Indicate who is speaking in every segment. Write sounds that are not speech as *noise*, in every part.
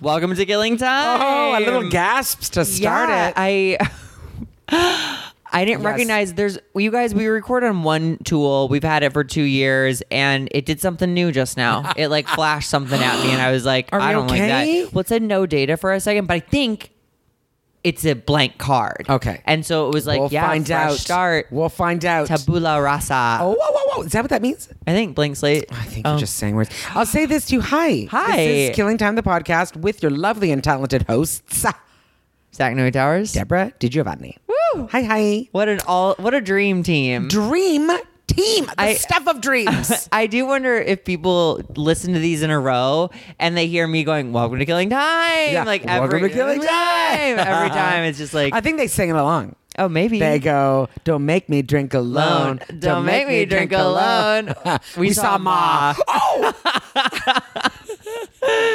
Speaker 1: Welcome to Killing Time.
Speaker 2: Oh, a little gasps to start
Speaker 1: yeah,
Speaker 2: it.
Speaker 1: I *laughs* I didn't
Speaker 2: Yes.
Speaker 1: recognize there's you guys we record on one tool. We've had it for 2 years and it did something new just
Speaker 2: *laughs*
Speaker 1: now. It like flashed something at me and I was like
Speaker 2: Are
Speaker 1: I
Speaker 2: we
Speaker 1: don't
Speaker 2: okay?
Speaker 1: like that. Well, it said no data for a second, but I think it's a blank card.
Speaker 2: Okay.
Speaker 1: And so it was like
Speaker 2: we'll
Speaker 1: yeah,
Speaker 2: find
Speaker 1: fresh
Speaker 2: out.
Speaker 1: start
Speaker 2: We'll find out.
Speaker 1: tabula rasa.
Speaker 2: oh, whoa, whoa, whoa! Is that what that means?
Speaker 1: I think blank slate.
Speaker 2: I think you're just saying words. I'll say this to you. Hi.
Speaker 1: Oh. Hi.
Speaker 2: This is Killing Time, the podcast with your lovely and talented hosts,
Speaker 1: Zach Nui Towers.
Speaker 2: Deborah DiGiovanni.
Speaker 1: Woo!
Speaker 2: Hi, hi.
Speaker 1: What an all what a dream team.
Speaker 2: Dream team. The
Speaker 1: I-
Speaker 2: stuff of dreams.
Speaker 1: I do wonder if people listen to these in a row and they hear me going, "Welcome to Killing Time!"
Speaker 2: Yeah,
Speaker 1: Like
Speaker 2: welcome
Speaker 1: every
Speaker 2: to Killing Time.
Speaker 1: every time it's just *laughs* like,
Speaker 2: I think they sing it along.
Speaker 1: "Oh, maybe."
Speaker 2: They go, don't make me drink alone.
Speaker 1: Don't make me drink
Speaker 2: *laughs*
Speaker 1: alone.
Speaker 2: we,
Speaker 1: We
Speaker 2: saw
Speaker 1: saw
Speaker 2: Ma. Oh!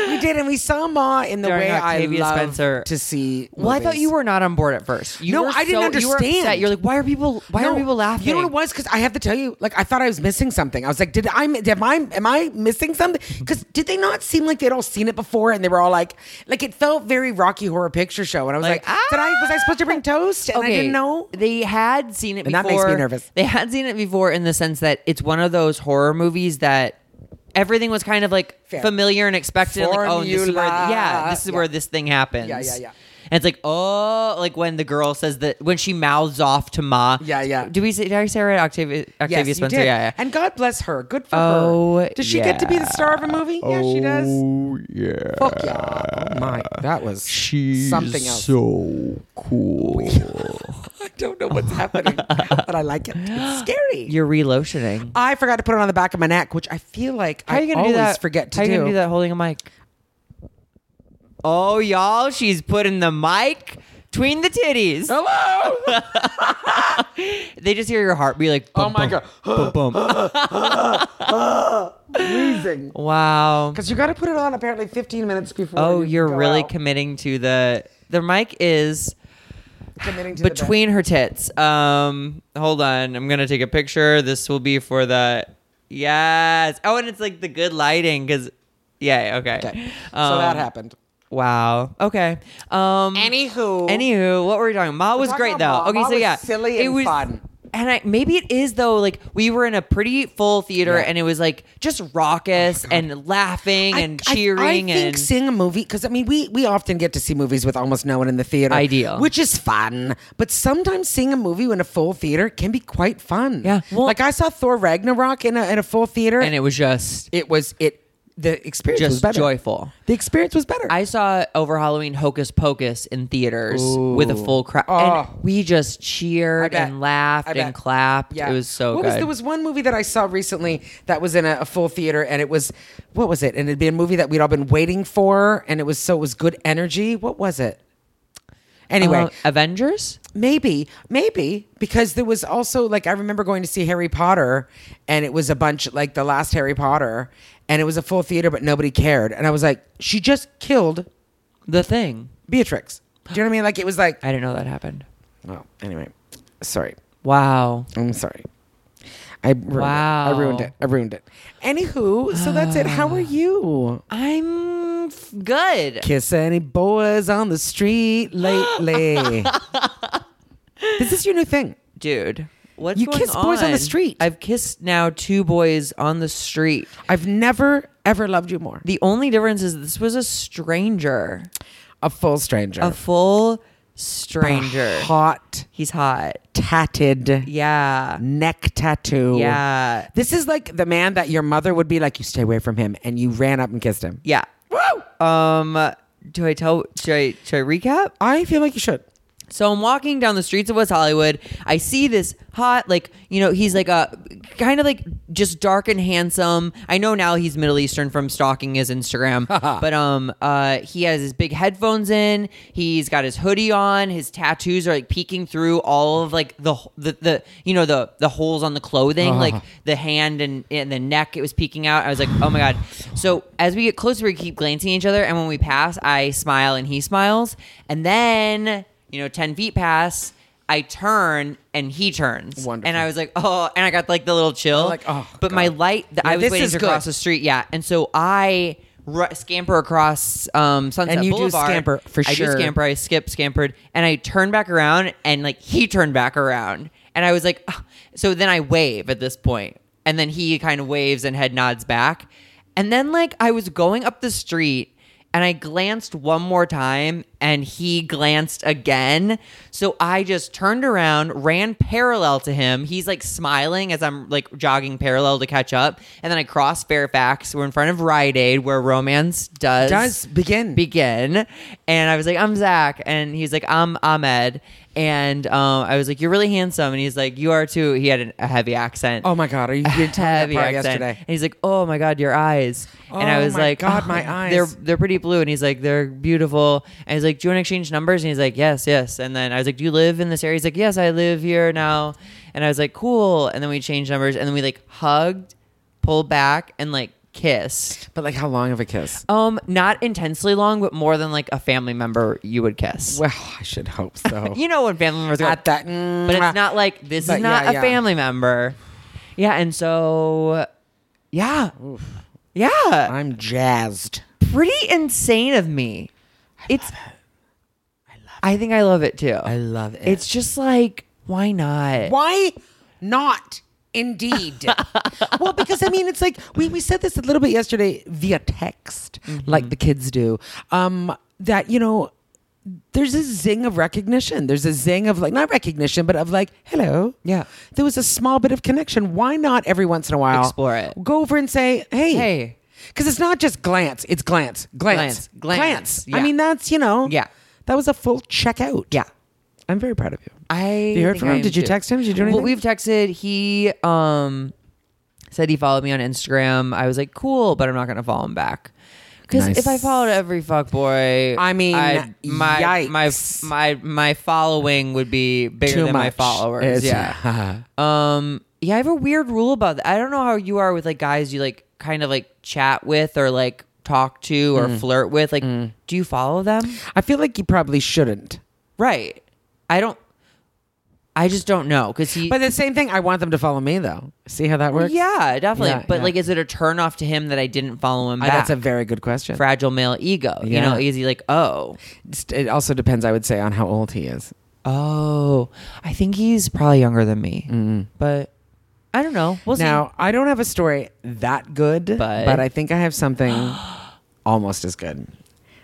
Speaker 2: we did, and we saw Ma in the
Speaker 1: During
Speaker 2: way
Speaker 1: Octavia
Speaker 2: I love
Speaker 1: Spencer.
Speaker 2: to see.
Speaker 1: well, I thought
Speaker 2: movies.
Speaker 1: you were not on board at first. You
Speaker 2: No,
Speaker 1: were
Speaker 2: I didn't
Speaker 1: so- You were
Speaker 2: understand.
Speaker 1: upset. You're like, "Why are people? Why
Speaker 2: No,
Speaker 1: are people laughing?"
Speaker 2: You know what it was? Because I have to tell you, like I thought I was missing something. I was like, did I? Am I? Am I missing something? Because did they not seem like they'd all seen it before and they were all like, like it felt very Rocky Horror Picture Show, and I was like,
Speaker 1: Like, ah!"
Speaker 2: did I? Was I supposed to bring toast? And I didn't know.
Speaker 1: They had seen it
Speaker 2: And that
Speaker 1: before.
Speaker 2: makes me nervous.
Speaker 1: They had seen it before in the sense that it's one of those horror movies that everything was kind of like
Speaker 2: Fair.
Speaker 1: familiar and expected. and, Like, oh, this is where
Speaker 2: Formula.
Speaker 1: yeah, this is
Speaker 2: Yeah.
Speaker 1: where this thing happens.
Speaker 2: Yeah, yeah, yeah.
Speaker 1: And it's like, oh, like when the girl says that when she mouths off to Ma.
Speaker 2: Yeah, yeah.
Speaker 1: Do we say did I say it right? Octavia Octavia
Speaker 2: you
Speaker 1: Spencer.
Speaker 2: did.
Speaker 1: Yeah, yeah.
Speaker 2: And God bless her. Good for her.
Speaker 1: Oh,
Speaker 2: Does she get to be the star of a movie? Yeah, she does.
Speaker 3: Oh yeah.
Speaker 2: Fuck yeah. Oh my, that was
Speaker 3: She's
Speaker 2: something else.
Speaker 3: so cool.
Speaker 2: *laughs* I don't know what's happening, but I like
Speaker 1: *gasps*
Speaker 2: it. It's scary.
Speaker 1: You're relotioning.
Speaker 2: I forgot to put it on the back of my neck, which I feel like
Speaker 1: How are
Speaker 2: I
Speaker 1: you gonna
Speaker 2: always
Speaker 1: do that?
Speaker 2: forget to
Speaker 1: How
Speaker 2: do.
Speaker 1: you gonna do that holding a mic? Oh, y'all, she's putting the mic between the titties.
Speaker 2: Hello. *laughs*
Speaker 1: They just hear your heart be like,
Speaker 2: Oh
Speaker 1: bum,
Speaker 2: my
Speaker 1: bum,
Speaker 2: god.
Speaker 1: bum,
Speaker 2: *gasps*
Speaker 1: bum.
Speaker 2: Amazing.
Speaker 1: Wow.
Speaker 2: Because you got to put it on apparently 15 minutes before.
Speaker 1: Oh,
Speaker 2: you
Speaker 1: you're
Speaker 2: go
Speaker 1: really
Speaker 2: out.
Speaker 1: committing to the the mic is
Speaker 2: committing to the bit.
Speaker 1: between her tits. Um, hold on, I'm gonna take a picture. This will be for the yes. Oh, and it's like the good lighting because yeah, okay.
Speaker 2: Okay. so
Speaker 1: Um,
Speaker 2: that happened.
Speaker 1: Wow. Okay. Um.
Speaker 2: Anywho,
Speaker 1: Anywho, what were we talking? Ma was
Speaker 2: talking
Speaker 1: great though.
Speaker 2: about Ma.
Speaker 1: Okay,
Speaker 2: Ma
Speaker 1: so
Speaker 2: was
Speaker 1: yeah,
Speaker 2: silly
Speaker 1: it
Speaker 2: and
Speaker 1: was,
Speaker 2: fun.
Speaker 1: And I, maybe it is though. Like we were in a pretty full theater,
Speaker 2: Yeah. Oh
Speaker 1: and it was like just raucous and laughing and
Speaker 2: I- I-
Speaker 1: cheering.
Speaker 2: I, think
Speaker 1: and
Speaker 2: seeing a movie because I mean we we often get to see movies with almost no one in the theater,
Speaker 1: Ideal.
Speaker 2: which is fun. But sometimes seeing a movie in a full theater can be quite fun.
Speaker 1: Yeah. Well-
Speaker 2: like I saw Thor Ragnarok in a in a full theater,
Speaker 1: and it was just
Speaker 2: it was it the experience was
Speaker 1: just
Speaker 2: better.
Speaker 1: joyful.
Speaker 2: The experience was better.
Speaker 1: I saw over Halloween Hocus Pocus in theaters with a full crowd,
Speaker 2: Oh.
Speaker 1: and we just cheered
Speaker 2: bet.
Speaker 1: and
Speaker 2: I
Speaker 1: laughed
Speaker 2: bet.
Speaker 1: and clapped.
Speaker 2: Yeah.
Speaker 1: It was so
Speaker 2: what
Speaker 1: good.
Speaker 2: Was, there was one movie that I saw recently that was in a, a full theater, and it was what was it? And it'd be a movie that we'd all been waiting for, and it was so it was good energy. What was it? Anyway,
Speaker 1: Uh, Avengers.
Speaker 2: maybe, maybe because there was also like I remember going to see Harry Potter, and it was a bunch like the last Harry Potter, and it was a full theater, but nobody cared, and I was like, she just killed
Speaker 1: The thing.
Speaker 2: Beatrix. Do you know what I mean? Like it was like,
Speaker 1: I didn't know that happened.
Speaker 2: well, anyway, sorry.
Speaker 1: Wow.
Speaker 2: I'm sorry. I ruined it. I ruined
Speaker 1: Wow.
Speaker 2: it. I ruined it. Anywho, so that's it. *sighs* How are you?
Speaker 1: I'm f- good.
Speaker 2: Kiss any boys on the street lately. this is your new thing.
Speaker 1: dude. What's
Speaker 2: You
Speaker 1: going
Speaker 2: kiss boys on the street.
Speaker 1: I've kissed now two boys on the street.
Speaker 2: I've never ever loved you more.
Speaker 1: The only difference is this was a stranger,
Speaker 2: A full stranger.
Speaker 1: a full stranger.
Speaker 2: *sighs* Hot,
Speaker 1: He's hot.
Speaker 2: tatted,
Speaker 1: Yeah,
Speaker 2: neck tattoo.
Speaker 1: yeah,
Speaker 2: This is like the man that your mother would be like, you stay away from him. And you ran up and kissed him.
Speaker 1: yeah.
Speaker 2: Woo!
Speaker 1: Um, do I tell? Should I, should I recap?
Speaker 2: I feel like you should.
Speaker 1: So I'm walking down the streets of West Hollywood. I see this hot, like, you know, he's like a kind of like just dark and handsome. I know now he's Middle Eastern from stalking his Instagram, but um, uh, he has his big headphones in. He's got his hoodie on. His tattoos are like peeking through all of like the the, the you know the the holes on the clothing, like the hand and, and the neck. It was peeking out. I was like, oh my god. So as we get closer, we keep glancing at each other, and when we pass, I smile and he smiles, and then you know, 10 feet pass. I turn and he turns.
Speaker 2: Wonderful.
Speaker 1: And I was like, oh, and I got like the little chill.
Speaker 2: Like, oh,
Speaker 1: but my
Speaker 2: God.
Speaker 1: light, th-
Speaker 2: Yeah,
Speaker 1: I was
Speaker 2: this
Speaker 1: waiting
Speaker 2: is
Speaker 1: to cross
Speaker 2: good.
Speaker 1: the street. Yeah. And so I ru- scamper across um, Sunset
Speaker 2: And you do
Speaker 1: Boulevard.
Speaker 2: scamper, for
Speaker 1: I
Speaker 2: sure.
Speaker 1: do scamper. I skip scampered, and I turn back around, and like he turned back around, and I was like, "Ugh." so then I wave at this point, and then he kind of waves and head nods back, and then like I was going up the street. And I glanced one more time and he glanced again. So I just turned around, ran parallel to him. He's like smiling as I'm like jogging parallel to catch up. And then I crossed Fairfax. We're in front of Rite Aid where romance does
Speaker 2: Does begin.
Speaker 1: Hmm. begin. And I was like, I'm Zach. And he's like, I'm Ahmed. And um, I was like, You're really handsome. And he's like, You are too. He had an, a heavy accent.
Speaker 2: Oh my god, *laughs* are you you didn't tell me
Speaker 1: heavy
Speaker 2: that part
Speaker 1: accent.
Speaker 2: yesterday?
Speaker 1: And he's like, "Oh my god, your eyes!" and
Speaker 2: Oh
Speaker 1: I was
Speaker 2: my
Speaker 1: like,
Speaker 2: God,
Speaker 1: "Oh,
Speaker 2: my eyes."
Speaker 1: They're they're pretty blue." And he's like, "They're beautiful." And he's like, "Do you want to exchange numbers?" And he's like, "Yes, yes." And then I was like, "Do you live in this area?" He's like, "Yes, I live here now." And I was like, "Cool." And then we changed numbers, and then we like hugged, pulled back, and like kissed.
Speaker 2: But like, how long of a kiss?
Speaker 1: Um, not intensely long, but more than like a family member you would kiss.
Speaker 2: *laughs* Well, I should
Speaker 1: *laughs*
Speaker 2: hope so.
Speaker 1: You know when family members go
Speaker 2: At that,
Speaker 1: but it's not like this
Speaker 2: But
Speaker 1: is not
Speaker 2: yeah,
Speaker 1: a
Speaker 2: yeah.
Speaker 1: family member. Yeah, and so yeah. Yeah,
Speaker 2: I'm jazzed.
Speaker 1: pretty insane of me. it's I think I love it too.
Speaker 2: I love it.
Speaker 1: It's just like why not?
Speaker 2: Why not? Indeed. *laughs* well, because I mean, it's like we, we said this a little bit yesterday via text,
Speaker 1: Mm-hmm.
Speaker 2: like the kids do, um, that, you know, there's a zing of recognition. There's a zing of like, not recognition, but of like, hello.
Speaker 1: Yeah.
Speaker 2: There was a small bit of connection. Why not every once in a while
Speaker 1: Explore it.
Speaker 2: Go over and say, hey.
Speaker 1: Hey.
Speaker 2: Because it's not just glance, it's glance, glance,
Speaker 1: Glance, glance,
Speaker 2: I
Speaker 1: yeah.
Speaker 2: mean, that's, you know,
Speaker 1: Yeah.
Speaker 2: that was a full checkout.
Speaker 1: Yeah.
Speaker 2: I'm very proud of you.
Speaker 1: I
Speaker 2: you heard
Speaker 1: think
Speaker 2: from
Speaker 1: I
Speaker 2: him?
Speaker 1: am,
Speaker 2: Did you
Speaker 1: too.
Speaker 2: text him? Did you do
Speaker 1: Well,
Speaker 2: anything?
Speaker 1: we've texted. He um said he followed me on Instagram. I was like, cool, but I'm not gonna follow him back. Because
Speaker 2: Nice.
Speaker 1: if I followed every fuck boy,
Speaker 2: I mean,
Speaker 1: I'd- my
Speaker 2: yikes.
Speaker 1: my my my following would be bigger than my followers.
Speaker 2: It's-
Speaker 1: yeah. Um, yeah, I have a weird rule about that. I don't know how you are with like guys you like kind of like chat with or like talk to
Speaker 2: Mm.
Speaker 1: or flirt with. Like, do you follow them?
Speaker 2: *laughs* I feel like you probably shouldn't.
Speaker 1: Right. I don't. I just don't know because he.
Speaker 2: But the same thing, I want them to follow me though. See how that works?
Speaker 1: yeah, definitely.
Speaker 2: Yeah,
Speaker 1: but
Speaker 2: yeah.
Speaker 1: like, is it a turn off to him that I didn't follow him
Speaker 2: Uh,
Speaker 1: back?
Speaker 2: that's a very good question.
Speaker 1: fragile male ego. You
Speaker 2: Yeah.
Speaker 1: know, is he like, oh,
Speaker 2: Just- It also depends, I would say, on how old he is.
Speaker 1: oh? I think he's probably younger than me, but I don't know. We'll see.
Speaker 2: Now, I don't have a story that good,
Speaker 1: But-
Speaker 2: I think I have
Speaker 1: *gasps*
Speaker 2: something almost as good.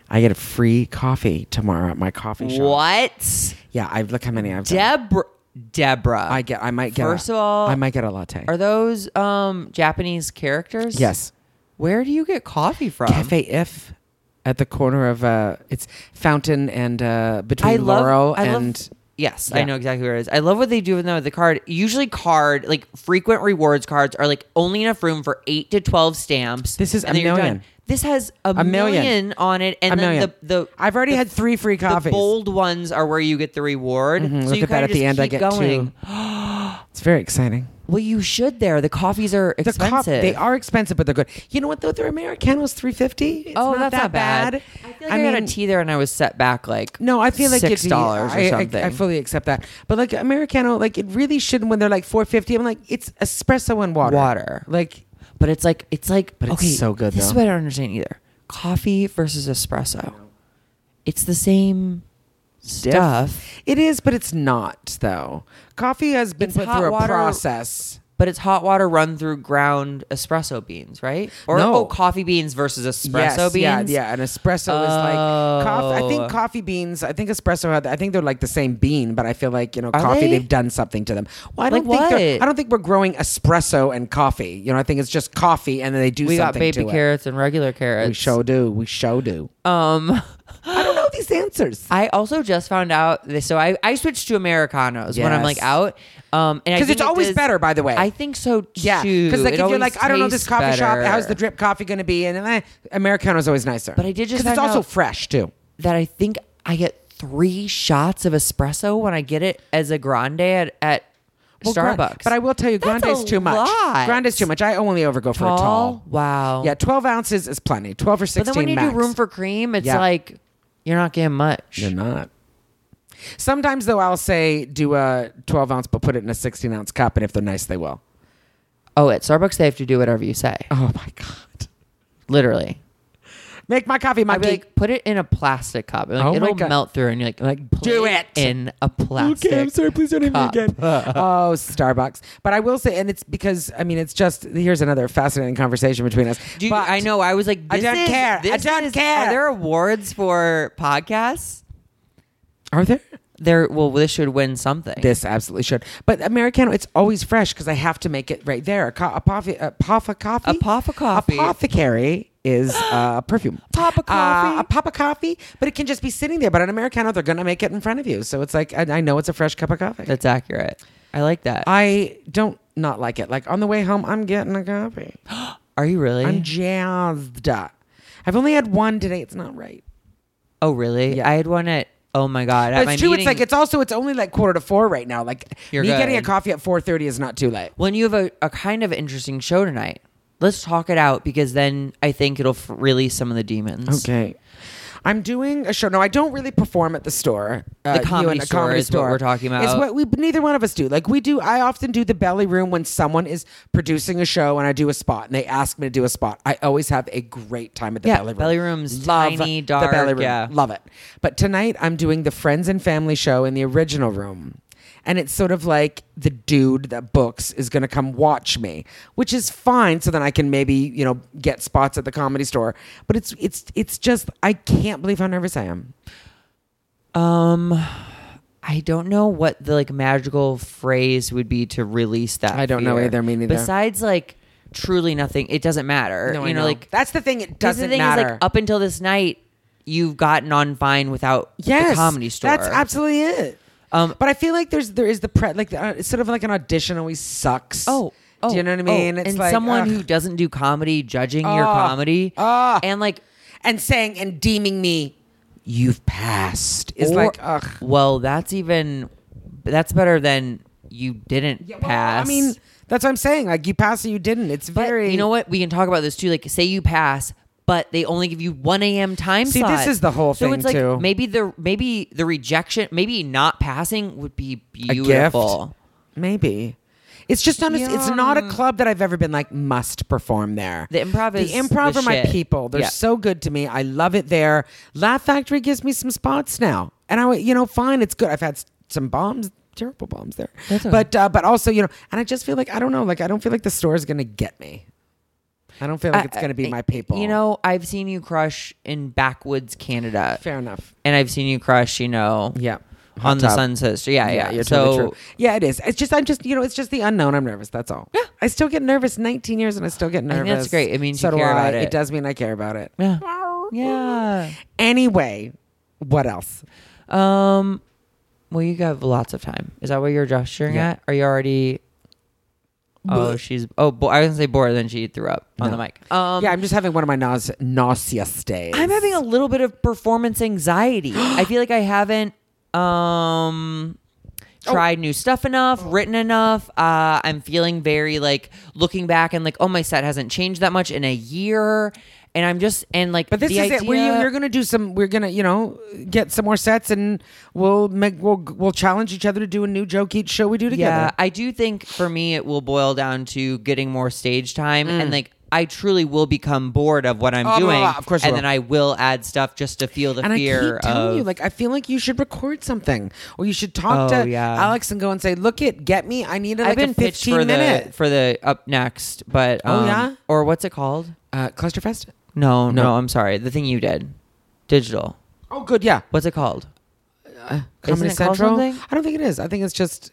Speaker 2: I get a free coffee tomorrow at my coffee shop.
Speaker 1: What,
Speaker 2: Yeah, I look how many I've done.
Speaker 1: Deborah? Deborah,
Speaker 2: I get. I might get.
Speaker 1: First
Speaker 2: a,
Speaker 1: of all,
Speaker 2: I might get a latte.
Speaker 1: Are those um Japanese characters?
Speaker 2: yes,
Speaker 1: Where do you get coffee from?
Speaker 2: Cafe If at the corner of uh, it's Fountain and uh, between
Speaker 1: I love.
Speaker 2: Laurel
Speaker 1: I love-
Speaker 2: and
Speaker 1: yes,
Speaker 2: Yeah.
Speaker 1: I know exactly where it is. I love what they do with them with the card. Usually, card like frequent rewards cards are like only enough room for eight to twelve stamps.
Speaker 2: This is
Speaker 1: and
Speaker 2: a
Speaker 1: then you're done.
Speaker 2: million.
Speaker 1: This has a,
Speaker 2: million.
Speaker 1: on it, and
Speaker 2: a
Speaker 1: then
Speaker 2: million.
Speaker 1: the the
Speaker 2: I've already
Speaker 1: the-
Speaker 2: had three free
Speaker 1: The
Speaker 2: coffees.
Speaker 1: bold ones are where you get the reward. So
Speaker 2: Mm-hmm. Look
Speaker 1: you
Speaker 2: at that
Speaker 1: kinda
Speaker 2: at
Speaker 1: just
Speaker 2: the end. I
Speaker 1: keep
Speaker 2: get
Speaker 1: going.
Speaker 2: two. It's very exciting.
Speaker 1: Well, you should. There, the coffees are
Speaker 2: The
Speaker 1: expensive.
Speaker 2: cop, they are expensive, but they're good. You know what though? Their Americano's three fifty. It's
Speaker 1: Oh,
Speaker 2: not
Speaker 1: that's
Speaker 2: that
Speaker 1: not bad. I feel like I, got a tea there and I was set back like
Speaker 2: No, I feel like
Speaker 1: six
Speaker 2: it'd be-
Speaker 1: dollars
Speaker 2: I-
Speaker 1: or something.
Speaker 2: I, I, fully accept that, but like Americano, like it really shouldn't. When they're like four fifty, I'm like, it's espresso and water.
Speaker 1: Water.
Speaker 2: like
Speaker 1: But it's like it's like
Speaker 2: But it's
Speaker 1: okay,
Speaker 2: so good,
Speaker 1: This is
Speaker 2: though.
Speaker 1: what I don't understand either. Coffee versus espresso. It's the same stuff,
Speaker 2: It is, but it's not though. Coffee has been
Speaker 1: It's
Speaker 2: put
Speaker 1: hot
Speaker 2: through a
Speaker 1: water-
Speaker 2: process.
Speaker 1: but it's hot water run through ground espresso beans, right? Or
Speaker 2: No.
Speaker 1: oh, coffee beans versus espresso
Speaker 2: yes,
Speaker 1: beans.
Speaker 2: yeah, yeah. An espresso is like coffee. I
Speaker 1: Oh.
Speaker 2: think coffee beans. I think espresso had. I think they're like the same bean, but I feel like you know
Speaker 1: Are
Speaker 2: coffee.
Speaker 1: they?
Speaker 2: They? have done something to them. Well, I don't
Speaker 1: Like
Speaker 2: think they're-
Speaker 1: what?
Speaker 2: I don't think we're growing espresso and coffee. You know, I think it's just coffee, and then they do
Speaker 1: We got
Speaker 2: something
Speaker 1: baby
Speaker 2: to
Speaker 1: carrots and regular
Speaker 2: It. We
Speaker 1: carrots.
Speaker 2: show do. We show do.
Speaker 1: um *laughs*
Speaker 2: I don't know these answers
Speaker 1: I also just found out this so I, I switched to Americanos when I'm
Speaker 2: Yes.
Speaker 1: like out. Um and I
Speaker 2: 'Cause
Speaker 1: think
Speaker 2: it's always
Speaker 1: does-
Speaker 2: better, by the way.
Speaker 1: I think so too.
Speaker 2: yeah, because like
Speaker 1: It
Speaker 2: if you're
Speaker 1: always
Speaker 2: like, I don't know this
Speaker 1: tastes
Speaker 2: coffee shop. How's
Speaker 1: better.
Speaker 2: the drip coffee going to be? And eh, Americano's always nicer.
Speaker 1: But I did just
Speaker 2: 'Cause it's
Speaker 1: find
Speaker 2: also
Speaker 1: out-
Speaker 2: fresh too.
Speaker 1: that I think I get three shots of espresso when I get it as a grande at, at
Speaker 2: Well,
Speaker 1: Starbucks.
Speaker 2: gran- but I will tell you,
Speaker 1: That's
Speaker 2: grande's
Speaker 1: a
Speaker 2: too much.
Speaker 1: lot.
Speaker 2: Grande's too much. I only overgo for
Speaker 1: tall.
Speaker 2: a tall.
Speaker 1: Wow.
Speaker 2: Yeah, twelve ounces is plenty. Twelve or
Speaker 1: But
Speaker 2: sixteen.
Speaker 1: then when you
Speaker 2: max.
Speaker 1: do room for cream, it's
Speaker 2: Yeah.
Speaker 1: like you're not getting much.
Speaker 2: you're not. Sometimes though, I'll say do a twelve ounce, but put it in a sixteen ounce cup, and if they're nice, they will.
Speaker 1: Oh, at Starbucks they have to do whatever you say.
Speaker 2: Oh my god,
Speaker 1: Literally.
Speaker 2: Make my coffee,
Speaker 1: I'd be
Speaker 2: monkey.
Speaker 1: like, put it in a plastic cup. Like,
Speaker 2: Oh my
Speaker 1: it'll
Speaker 2: God.
Speaker 1: melt through, and you're like, like put
Speaker 2: Do it.
Speaker 1: in a plastic.
Speaker 2: Okay, I'm sorry. Please don't hit me
Speaker 1: cup.
Speaker 2: again. *laughs* oh, Starbucks. But I will say, and it's because I mean, it's just here's another fascinating conversation between us.
Speaker 1: Do you-
Speaker 2: but
Speaker 1: I know. I was like,
Speaker 2: I
Speaker 1: this
Speaker 2: don't
Speaker 1: is-
Speaker 2: care. I
Speaker 1: this
Speaker 2: don't
Speaker 1: is-
Speaker 2: care.
Speaker 1: Are there awards for podcasts?
Speaker 2: Are there?
Speaker 1: There. Well, this should win something.
Speaker 2: This absolutely should. But Americano, it's always fresh because I have to make it right there. A, co- a, poffy, a poffa coffee.
Speaker 1: A poffa coffee.
Speaker 2: Apothecary is
Speaker 1: *gasps*
Speaker 2: uh, perfume.
Speaker 1: Papa
Speaker 2: Uh,
Speaker 1: coffee.
Speaker 2: a papa coffee, but it can just be sitting there. But an Americano, they're going to make it in front of you. So it's like, I, I know it's a fresh cup of coffee.
Speaker 1: That's accurate. I like that.
Speaker 2: I don't not like it. Like on the way home, I'm getting a
Speaker 1: *gasps*
Speaker 2: coffee.
Speaker 1: Are you really?
Speaker 2: I'm jazzed. I've only had one today. It's not right.
Speaker 1: oh, really?
Speaker 2: Yeah.
Speaker 1: I had one at. Oh my god. at
Speaker 2: But
Speaker 1: my
Speaker 2: it's true.
Speaker 1: meeting-
Speaker 2: It's like it's also it's only like quarter to four right now. Like
Speaker 1: You're
Speaker 2: me getting a
Speaker 1: good.
Speaker 2: coffee at four thirty is not too late.
Speaker 1: when you have a, a kind of interesting show tonight. Let's talk it out because then I think it'll f- release some of the demons.
Speaker 2: Okay. I'm doing a show. No, I don't really perform at the store. Uh, you
Speaker 1: comedy
Speaker 2: and a
Speaker 1: store is what we're talking
Speaker 2: It's
Speaker 1: about.
Speaker 2: what we neither one of us do. Like we do. I often do the belly room when someone is producing a show and I do a spot and they ask me to do a spot. I always have a great time at the
Speaker 1: Yeah,
Speaker 2: belly room.
Speaker 1: belly room's tiny,
Speaker 2: The belly
Speaker 1: dark,
Speaker 2: room.
Speaker 1: yeah.
Speaker 2: Love it. But tonight I'm doing the friends and family show in the original room. And it's sort of like the dude that books is going to come watch me, which is fine. So then I can maybe you know get spots at the comedy store. But it's it's it's just I can't believe how nervous I am.
Speaker 1: Um, I don't know what the like magical phrase would be to release that.
Speaker 2: I don't know
Speaker 1: fear.
Speaker 2: either, me neither.
Speaker 1: Besides, like truly nothing. It doesn't matter.
Speaker 2: No,
Speaker 1: you
Speaker 2: I
Speaker 1: know, like
Speaker 2: that's the thing. It
Speaker 1: 'cause
Speaker 2: doesn't
Speaker 1: the thing
Speaker 2: matter.
Speaker 1: is like up until this night, you've gotten on fine without
Speaker 2: yes,
Speaker 1: the comedy store.
Speaker 2: That's absolutely it.
Speaker 1: Um,
Speaker 2: but I feel like there's there is the pre like uh, it's sort of like an audition always sucks.
Speaker 1: Oh, oh,
Speaker 2: do you know what I mean?
Speaker 1: Oh, and someone
Speaker 2: ugh.
Speaker 1: who doesn't do comedy judging your
Speaker 2: Ah,
Speaker 1: comedy,
Speaker 2: ah.
Speaker 1: and like
Speaker 2: and saying and deeming me, you've passed is
Speaker 1: or-
Speaker 2: like ugh.
Speaker 1: well, that's even that's better than you didn't
Speaker 2: Yeah, well,
Speaker 1: pass.
Speaker 2: I mean, that's what I'm saying. Like you pass or you didn't. It's
Speaker 1: But
Speaker 2: very.
Speaker 1: you know what? We can talk about this too. Like, say you pass, but they only give you one a.m. time
Speaker 2: See,
Speaker 1: slot.
Speaker 2: this is the whole
Speaker 1: so
Speaker 2: thing,
Speaker 1: it's like
Speaker 2: too.
Speaker 1: maybe the maybe the rejection, maybe not passing would be
Speaker 2: A gift.
Speaker 1: beautiful.
Speaker 2: Maybe. It's just not. A, It's not a club that I've ever been like must perform there.
Speaker 1: The improv is
Speaker 2: the improv
Speaker 1: the
Speaker 2: are my
Speaker 1: shit.
Speaker 2: people. They're
Speaker 1: Yeah.
Speaker 2: so good to me. I love it there. Laugh Factory gives me some spots now, and I went, you know fine. It's good. I've had s- some bombs, terrible bombs there,
Speaker 1: That's okay.
Speaker 2: but uh, but also you know, and I just feel like I don't know. Like I don't feel like the store is gonna get me. I don't feel like it's
Speaker 1: I-
Speaker 2: gonna be
Speaker 1: I-
Speaker 2: my people.
Speaker 1: You know, I've seen you crush in backwoods Canada,
Speaker 2: fair enough.
Speaker 1: and I've seen you crush. You know,
Speaker 2: Yeah. Hot
Speaker 1: on the
Speaker 2: tub.
Speaker 1: Sunset. Street. Yeah, yeah.
Speaker 2: you're
Speaker 1: so
Speaker 2: totally true. Yeah, it is. It's just I'm just you know it's just the unknown. I'm nervous. That's all. Yeah, I still get nervous. 19 years and I still get nervous.
Speaker 1: think that's great. It means
Speaker 2: so
Speaker 1: you
Speaker 2: do
Speaker 1: care
Speaker 2: I.
Speaker 1: about it.
Speaker 2: It does mean I care about it.
Speaker 1: yeah, yeah.
Speaker 2: Anyway, what else?
Speaker 1: Um, well, you have lots of time. Is that what you're gesturing
Speaker 2: Yeah.
Speaker 1: at? Are you already? Oh, she's. Oh, bo- I was gonna say bored, then she threw up on the mic. Um,
Speaker 2: yeah, I'm just having one of my nause, nauseous days.
Speaker 1: I'm having a little bit of performance
Speaker 2: *gasps*
Speaker 1: anxiety. I feel like I haven't um
Speaker 2: Oh.
Speaker 1: tried new stuff enough, written enough. Uh, I'm feeling very like looking back and like, oh, my set hasn't changed that much in a year, and I'm just and like,
Speaker 2: But this
Speaker 1: the
Speaker 2: is it. We're,
Speaker 1: idea-
Speaker 2: you're going to do some. We're going to, you know, get some more sets, and we'll make, we'll we'll challenge each other to do a new joke each show we do together.
Speaker 1: Yeah, I do think for me it will boil down to getting more stage time and like I truly will become bored of what I'm
Speaker 2: Mm. Oh, blah,
Speaker 1: doing.
Speaker 2: blah, of course you
Speaker 1: and
Speaker 2: will.
Speaker 1: then I will add stuff just to feel the
Speaker 2: and
Speaker 1: fear
Speaker 2: I keep telling
Speaker 1: of
Speaker 2: you, like, I feel like you should record something, or you should talk
Speaker 1: Oh,
Speaker 2: to
Speaker 1: yeah.
Speaker 2: Alex and go and say, "Look it, get me. I need a, like
Speaker 1: I've been
Speaker 2: a
Speaker 1: pitched
Speaker 2: fifteen
Speaker 1: for the
Speaker 2: minute
Speaker 1: for the up next, but
Speaker 2: Oh,
Speaker 1: um,
Speaker 2: yeah?
Speaker 1: or what's it called?
Speaker 2: uh, clusterfest."
Speaker 1: No, no,
Speaker 2: No.
Speaker 1: I'm sorry. The thing you did, digital.
Speaker 2: Oh, good, yeah. Uh,
Speaker 1: What's it called?
Speaker 2: Comedy
Speaker 1: it called
Speaker 2: Central. I
Speaker 1: something?
Speaker 2: don't think it is. I think it's just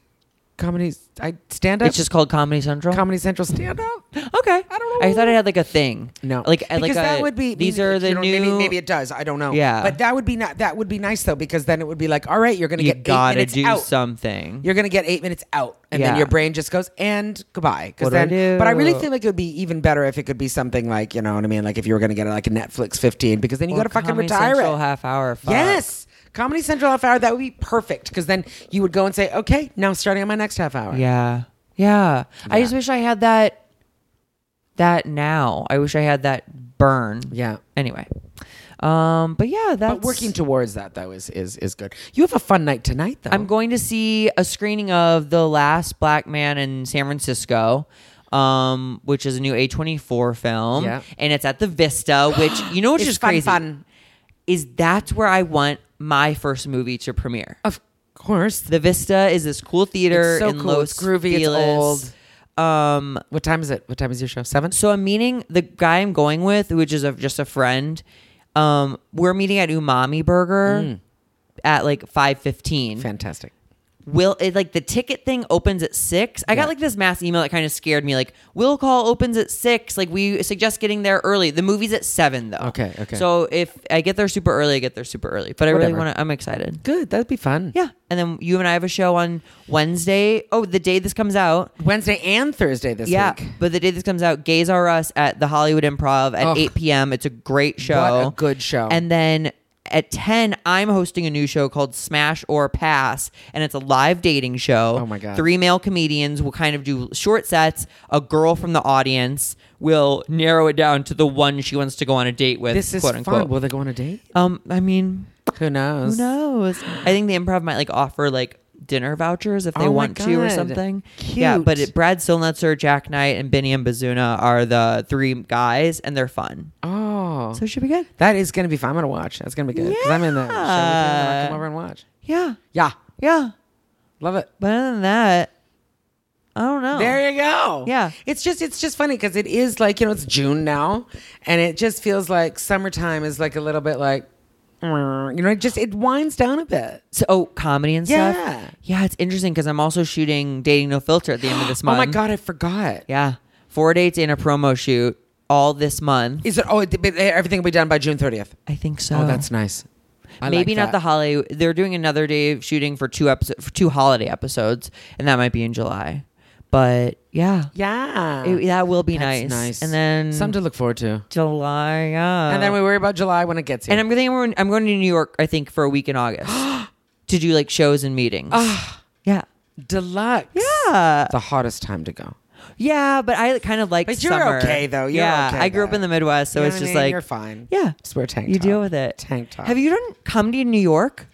Speaker 2: comedy. I stand up.
Speaker 1: It's just called Comedy Central.
Speaker 2: Comedy Central stand up.
Speaker 1: *gasps* okay, I
Speaker 2: don't know.
Speaker 1: I thought it had like a thing.
Speaker 2: No,
Speaker 1: like uh,
Speaker 2: because
Speaker 1: like a,
Speaker 2: that would be
Speaker 1: these are the
Speaker 2: you know,
Speaker 1: new.
Speaker 2: Maybe, maybe it does. I don't know.
Speaker 1: Yeah.
Speaker 2: but that would be not. That would be nice though, because then it would be like, all right, you're gonna
Speaker 1: you
Speaker 2: get eight
Speaker 1: gotta
Speaker 2: minutes
Speaker 1: do
Speaker 2: out.
Speaker 1: something.
Speaker 2: You're gonna get eight minutes out, and then
Speaker 1: Yeah.
Speaker 2: your brain just goes and goodbye. 'Cause
Speaker 1: What do I
Speaker 2: then, But I really
Speaker 1: do?
Speaker 2: feel like it would be even better if it could be something like you know what I mean, like if you were gonna get like a Netflix 15, because then you
Speaker 1: Or
Speaker 2: gotta fucking
Speaker 1: Comedy
Speaker 2: retire
Speaker 1: Central
Speaker 2: it.
Speaker 1: half hour. fuck.
Speaker 2: Yes. Comedy Central half hour, that would be perfect because then you would go and say, okay, now I'm starting on my next half hour.
Speaker 1: Yeah. Yeah. I just wish I had that that now. I wish I had that burn.
Speaker 2: Yeah.
Speaker 1: Anyway. Um but yeah, that's
Speaker 2: But working towards that though is is is good. You have a fun night tonight though.
Speaker 1: I'm going to see a screening of The Last Black Man in San Francisco. um, which is a new A24 film.
Speaker 2: Yeah.
Speaker 1: And it's at the Vista,
Speaker 2: *gasps*
Speaker 1: which, you know what's
Speaker 2: It's
Speaker 1: just
Speaker 2: fun,
Speaker 1: crazy?
Speaker 2: fun.
Speaker 1: Is that's where I want my first movie to premiere.
Speaker 2: Of course.
Speaker 1: The Vista is this cool theater
Speaker 2: It's so
Speaker 1: in
Speaker 2: cool.
Speaker 1: Los
Speaker 2: It's groovy. It's
Speaker 1: Feliz. Um,
Speaker 2: What time is it? What time is your show? Seven?
Speaker 1: so I'm meeting the guy I'm going with, which is a, just a friend. Um, we're meeting at Umami Burger
Speaker 2: Mm.
Speaker 1: at like five fifteen.
Speaker 2: Fantastic.
Speaker 1: Will it like the ticket thing opens at six? I
Speaker 2: Yeah.
Speaker 1: got like this mass email that kind of scared me. Like, will call opens at six. Like, we suggest getting there early. The movie's at seven though.
Speaker 2: Okay, okay.
Speaker 1: So if I get there super early, I get there super early. But I really
Speaker 2: Whatever.
Speaker 1: want to. I'm excited.
Speaker 2: Good. That'd be fun.
Speaker 1: Yeah, and then you and I have a show on Wednesday. Oh, the day this comes out.
Speaker 2: Wednesday and Thursday this
Speaker 1: yeah,
Speaker 2: week.
Speaker 1: but the day this comes out, Gays Are Us at the Hollywood Improv at
Speaker 2: Ugh.
Speaker 1: 8 p.m. It's a great show.
Speaker 2: What a good show.
Speaker 1: And then at 10, I'm hosting a new show called Smash or Pass, and it's a live dating show.
Speaker 2: Oh my God.
Speaker 1: Three male comedians will kind of do short sets. A girl from the audience will narrow it down to the one she wants to go on a date with.
Speaker 2: This is
Speaker 1: quote
Speaker 2: fun.
Speaker 1: unquote.
Speaker 2: Will they go on a date?
Speaker 1: Um, I mean,
Speaker 2: Who knows?
Speaker 1: who knows? I think the improv might like offer like dinner vouchers if they
Speaker 2: Oh my
Speaker 1: want to or
Speaker 2: God.
Speaker 1: something. Yeah,
Speaker 2: Cute.
Speaker 1: but it, Brad Silnutzer, Jack Knight, and Benny and Bazuna are the three guys, and they're fun.
Speaker 2: Oh.
Speaker 1: So it should be good.
Speaker 2: that is going to be fun. I'm going to watch. That's going to be good. Because I'm in the show. with you and I'll
Speaker 1: Yeah.
Speaker 2: come over and watch.
Speaker 1: Yeah,
Speaker 2: Yeah.
Speaker 1: yeah.
Speaker 2: Love it.
Speaker 1: But other than that, I don't know.
Speaker 2: There you go.
Speaker 1: Oh. Yeah.
Speaker 2: It's just it's just funny because it is like, you know, it's June now and it just feels like summertime is like a little bit like you know, it just it winds down a bit.
Speaker 1: so, oh, comedy and
Speaker 2: Yeah.
Speaker 1: stuff. Yeah, it's interesting because I'm also shooting Dating No Filter at the end of this month.
Speaker 2: *gasps* Oh my god, I forgot.
Speaker 1: Yeah, four dates and a promo shoot all this month.
Speaker 2: Is it oh it, but everything will be done by June 30th.
Speaker 1: I think so.
Speaker 2: Oh, that's nice. I
Speaker 1: Maybe
Speaker 2: like
Speaker 1: not the
Speaker 2: that.
Speaker 1: holiday. They're doing another day of shooting for two episodes, for two holiday episodes, and that might be in July. But yeah,
Speaker 2: Yeah.
Speaker 1: it- that will be
Speaker 2: That's
Speaker 1: nice. And then
Speaker 2: something to look forward to.
Speaker 1: July, yeah.
Speaker 2: and then we worry about July when it gets here.
Speaker 1: and I'm going. I'm going- I'm going to New York. I think for a week in
Speaker 2: *gasps*
Speaker 1: August to do like shows and meetings. yeah,
Speaker 2: deluxe.
Speaker 1: yeah,
Speaker 2: The hottest time to go.
Speaker 1: yeah. But I kind of like.
Speaker 2: But you're
Speaker 1: summer.
Speaker 2: okay, though. You're
Speaker 1: yeah,
Speaker 2: okay,
Speaker 1: I grew up
Speaker 2: though.
Speaker 1: in the Midwest, so
Speaker 2: You know
Speaker 1: it's
Speaker 2: what I
Speaker 1: just
Speaker 2: mean?
Speaker 1: like
Speaker 2: you're fine.
Speaker 1: Yeah,
Speaker 2: Just wear a tank
Speaker 1: you
Speaker 2: top.
Speaker 1: deal with it.
Speaker 2: Tank top. Hmm?
Speaker 1: Have you done comedy in New York?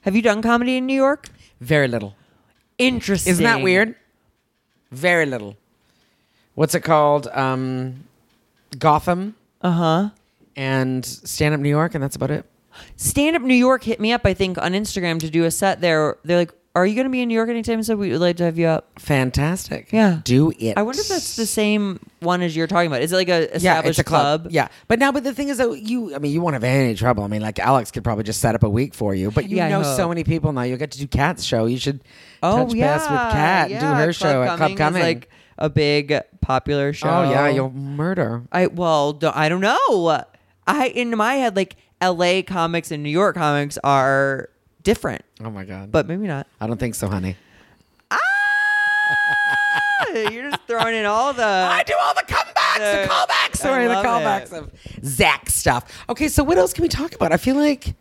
Speaker 1: Have you done comedy in New York?
Speaker 2: Very little.
Speaker 1: Interesting.
Speaker 2: Isn't that weird? Very little. What's it called? Um, Gotham
Speaker 1: Uh huh.
Speaker 2: Uh-huh. and Stand Up New York, and that's about it.
Speaker 1: Stand Up New York hit me up, I think, on Instagram to do a set there. They're like, Are you going to be in New York anytime? So we would like to have you up.
Speaker 2: Fantastic.
Speaker 1: Yeah.
Speaker 2: Do it.
Speaker 1: I wonder if that's the same one as you're talking about. Is it like a
Speaker 2: yeah,
Speaker 1: established
Speaker 2: it's a club.
Speaker 1: club?
Speaker 2: Yeah, but now, but the thing is that you, I mean, you won't have any trouble. I mean, like Alex could probably just set up a week for you, but you
Speaker 1: Yeah, I
Speaker 2: know so
Speaker 1: hope.
Speaker 2: many people now. You'll get to do Kat's show. You should
Speaker 1: Oh,
Speaker 2: touch
Speaker 1: yeah.
Speaker 2: base with Kat and do
Speaker 1: yeah.
Speaker 2: her
Speaker 1: Club
Speaker 2: show at Club
Speaker 1: Coming
Speaker 2: Coming.
Speaker 1: Is like a big popular show.
Speaker 2: oh yeah, you'll murder.
Speaker 1: I, well, do I don't know. I, in my head, like LA comics and New York comics are different,
Speaker 2: Oh my god,
Speaker 1: but maybe
Speaker 2: *laughs*
Speaker 1: not.
Speaker 2: I don't think so, honey.
Speaker 1: you're just throwing in all the.
Speaker 2: I do all the comebacks, the
Speaker 1: Uh,
Speaker 2: callbacks.
Speaker 1: I
Speaker 2: Sorry, the
Speaker 1: love it.
Speaker 2: callbacks of Zach stuff. Okay, so what else can we talk about? I feel like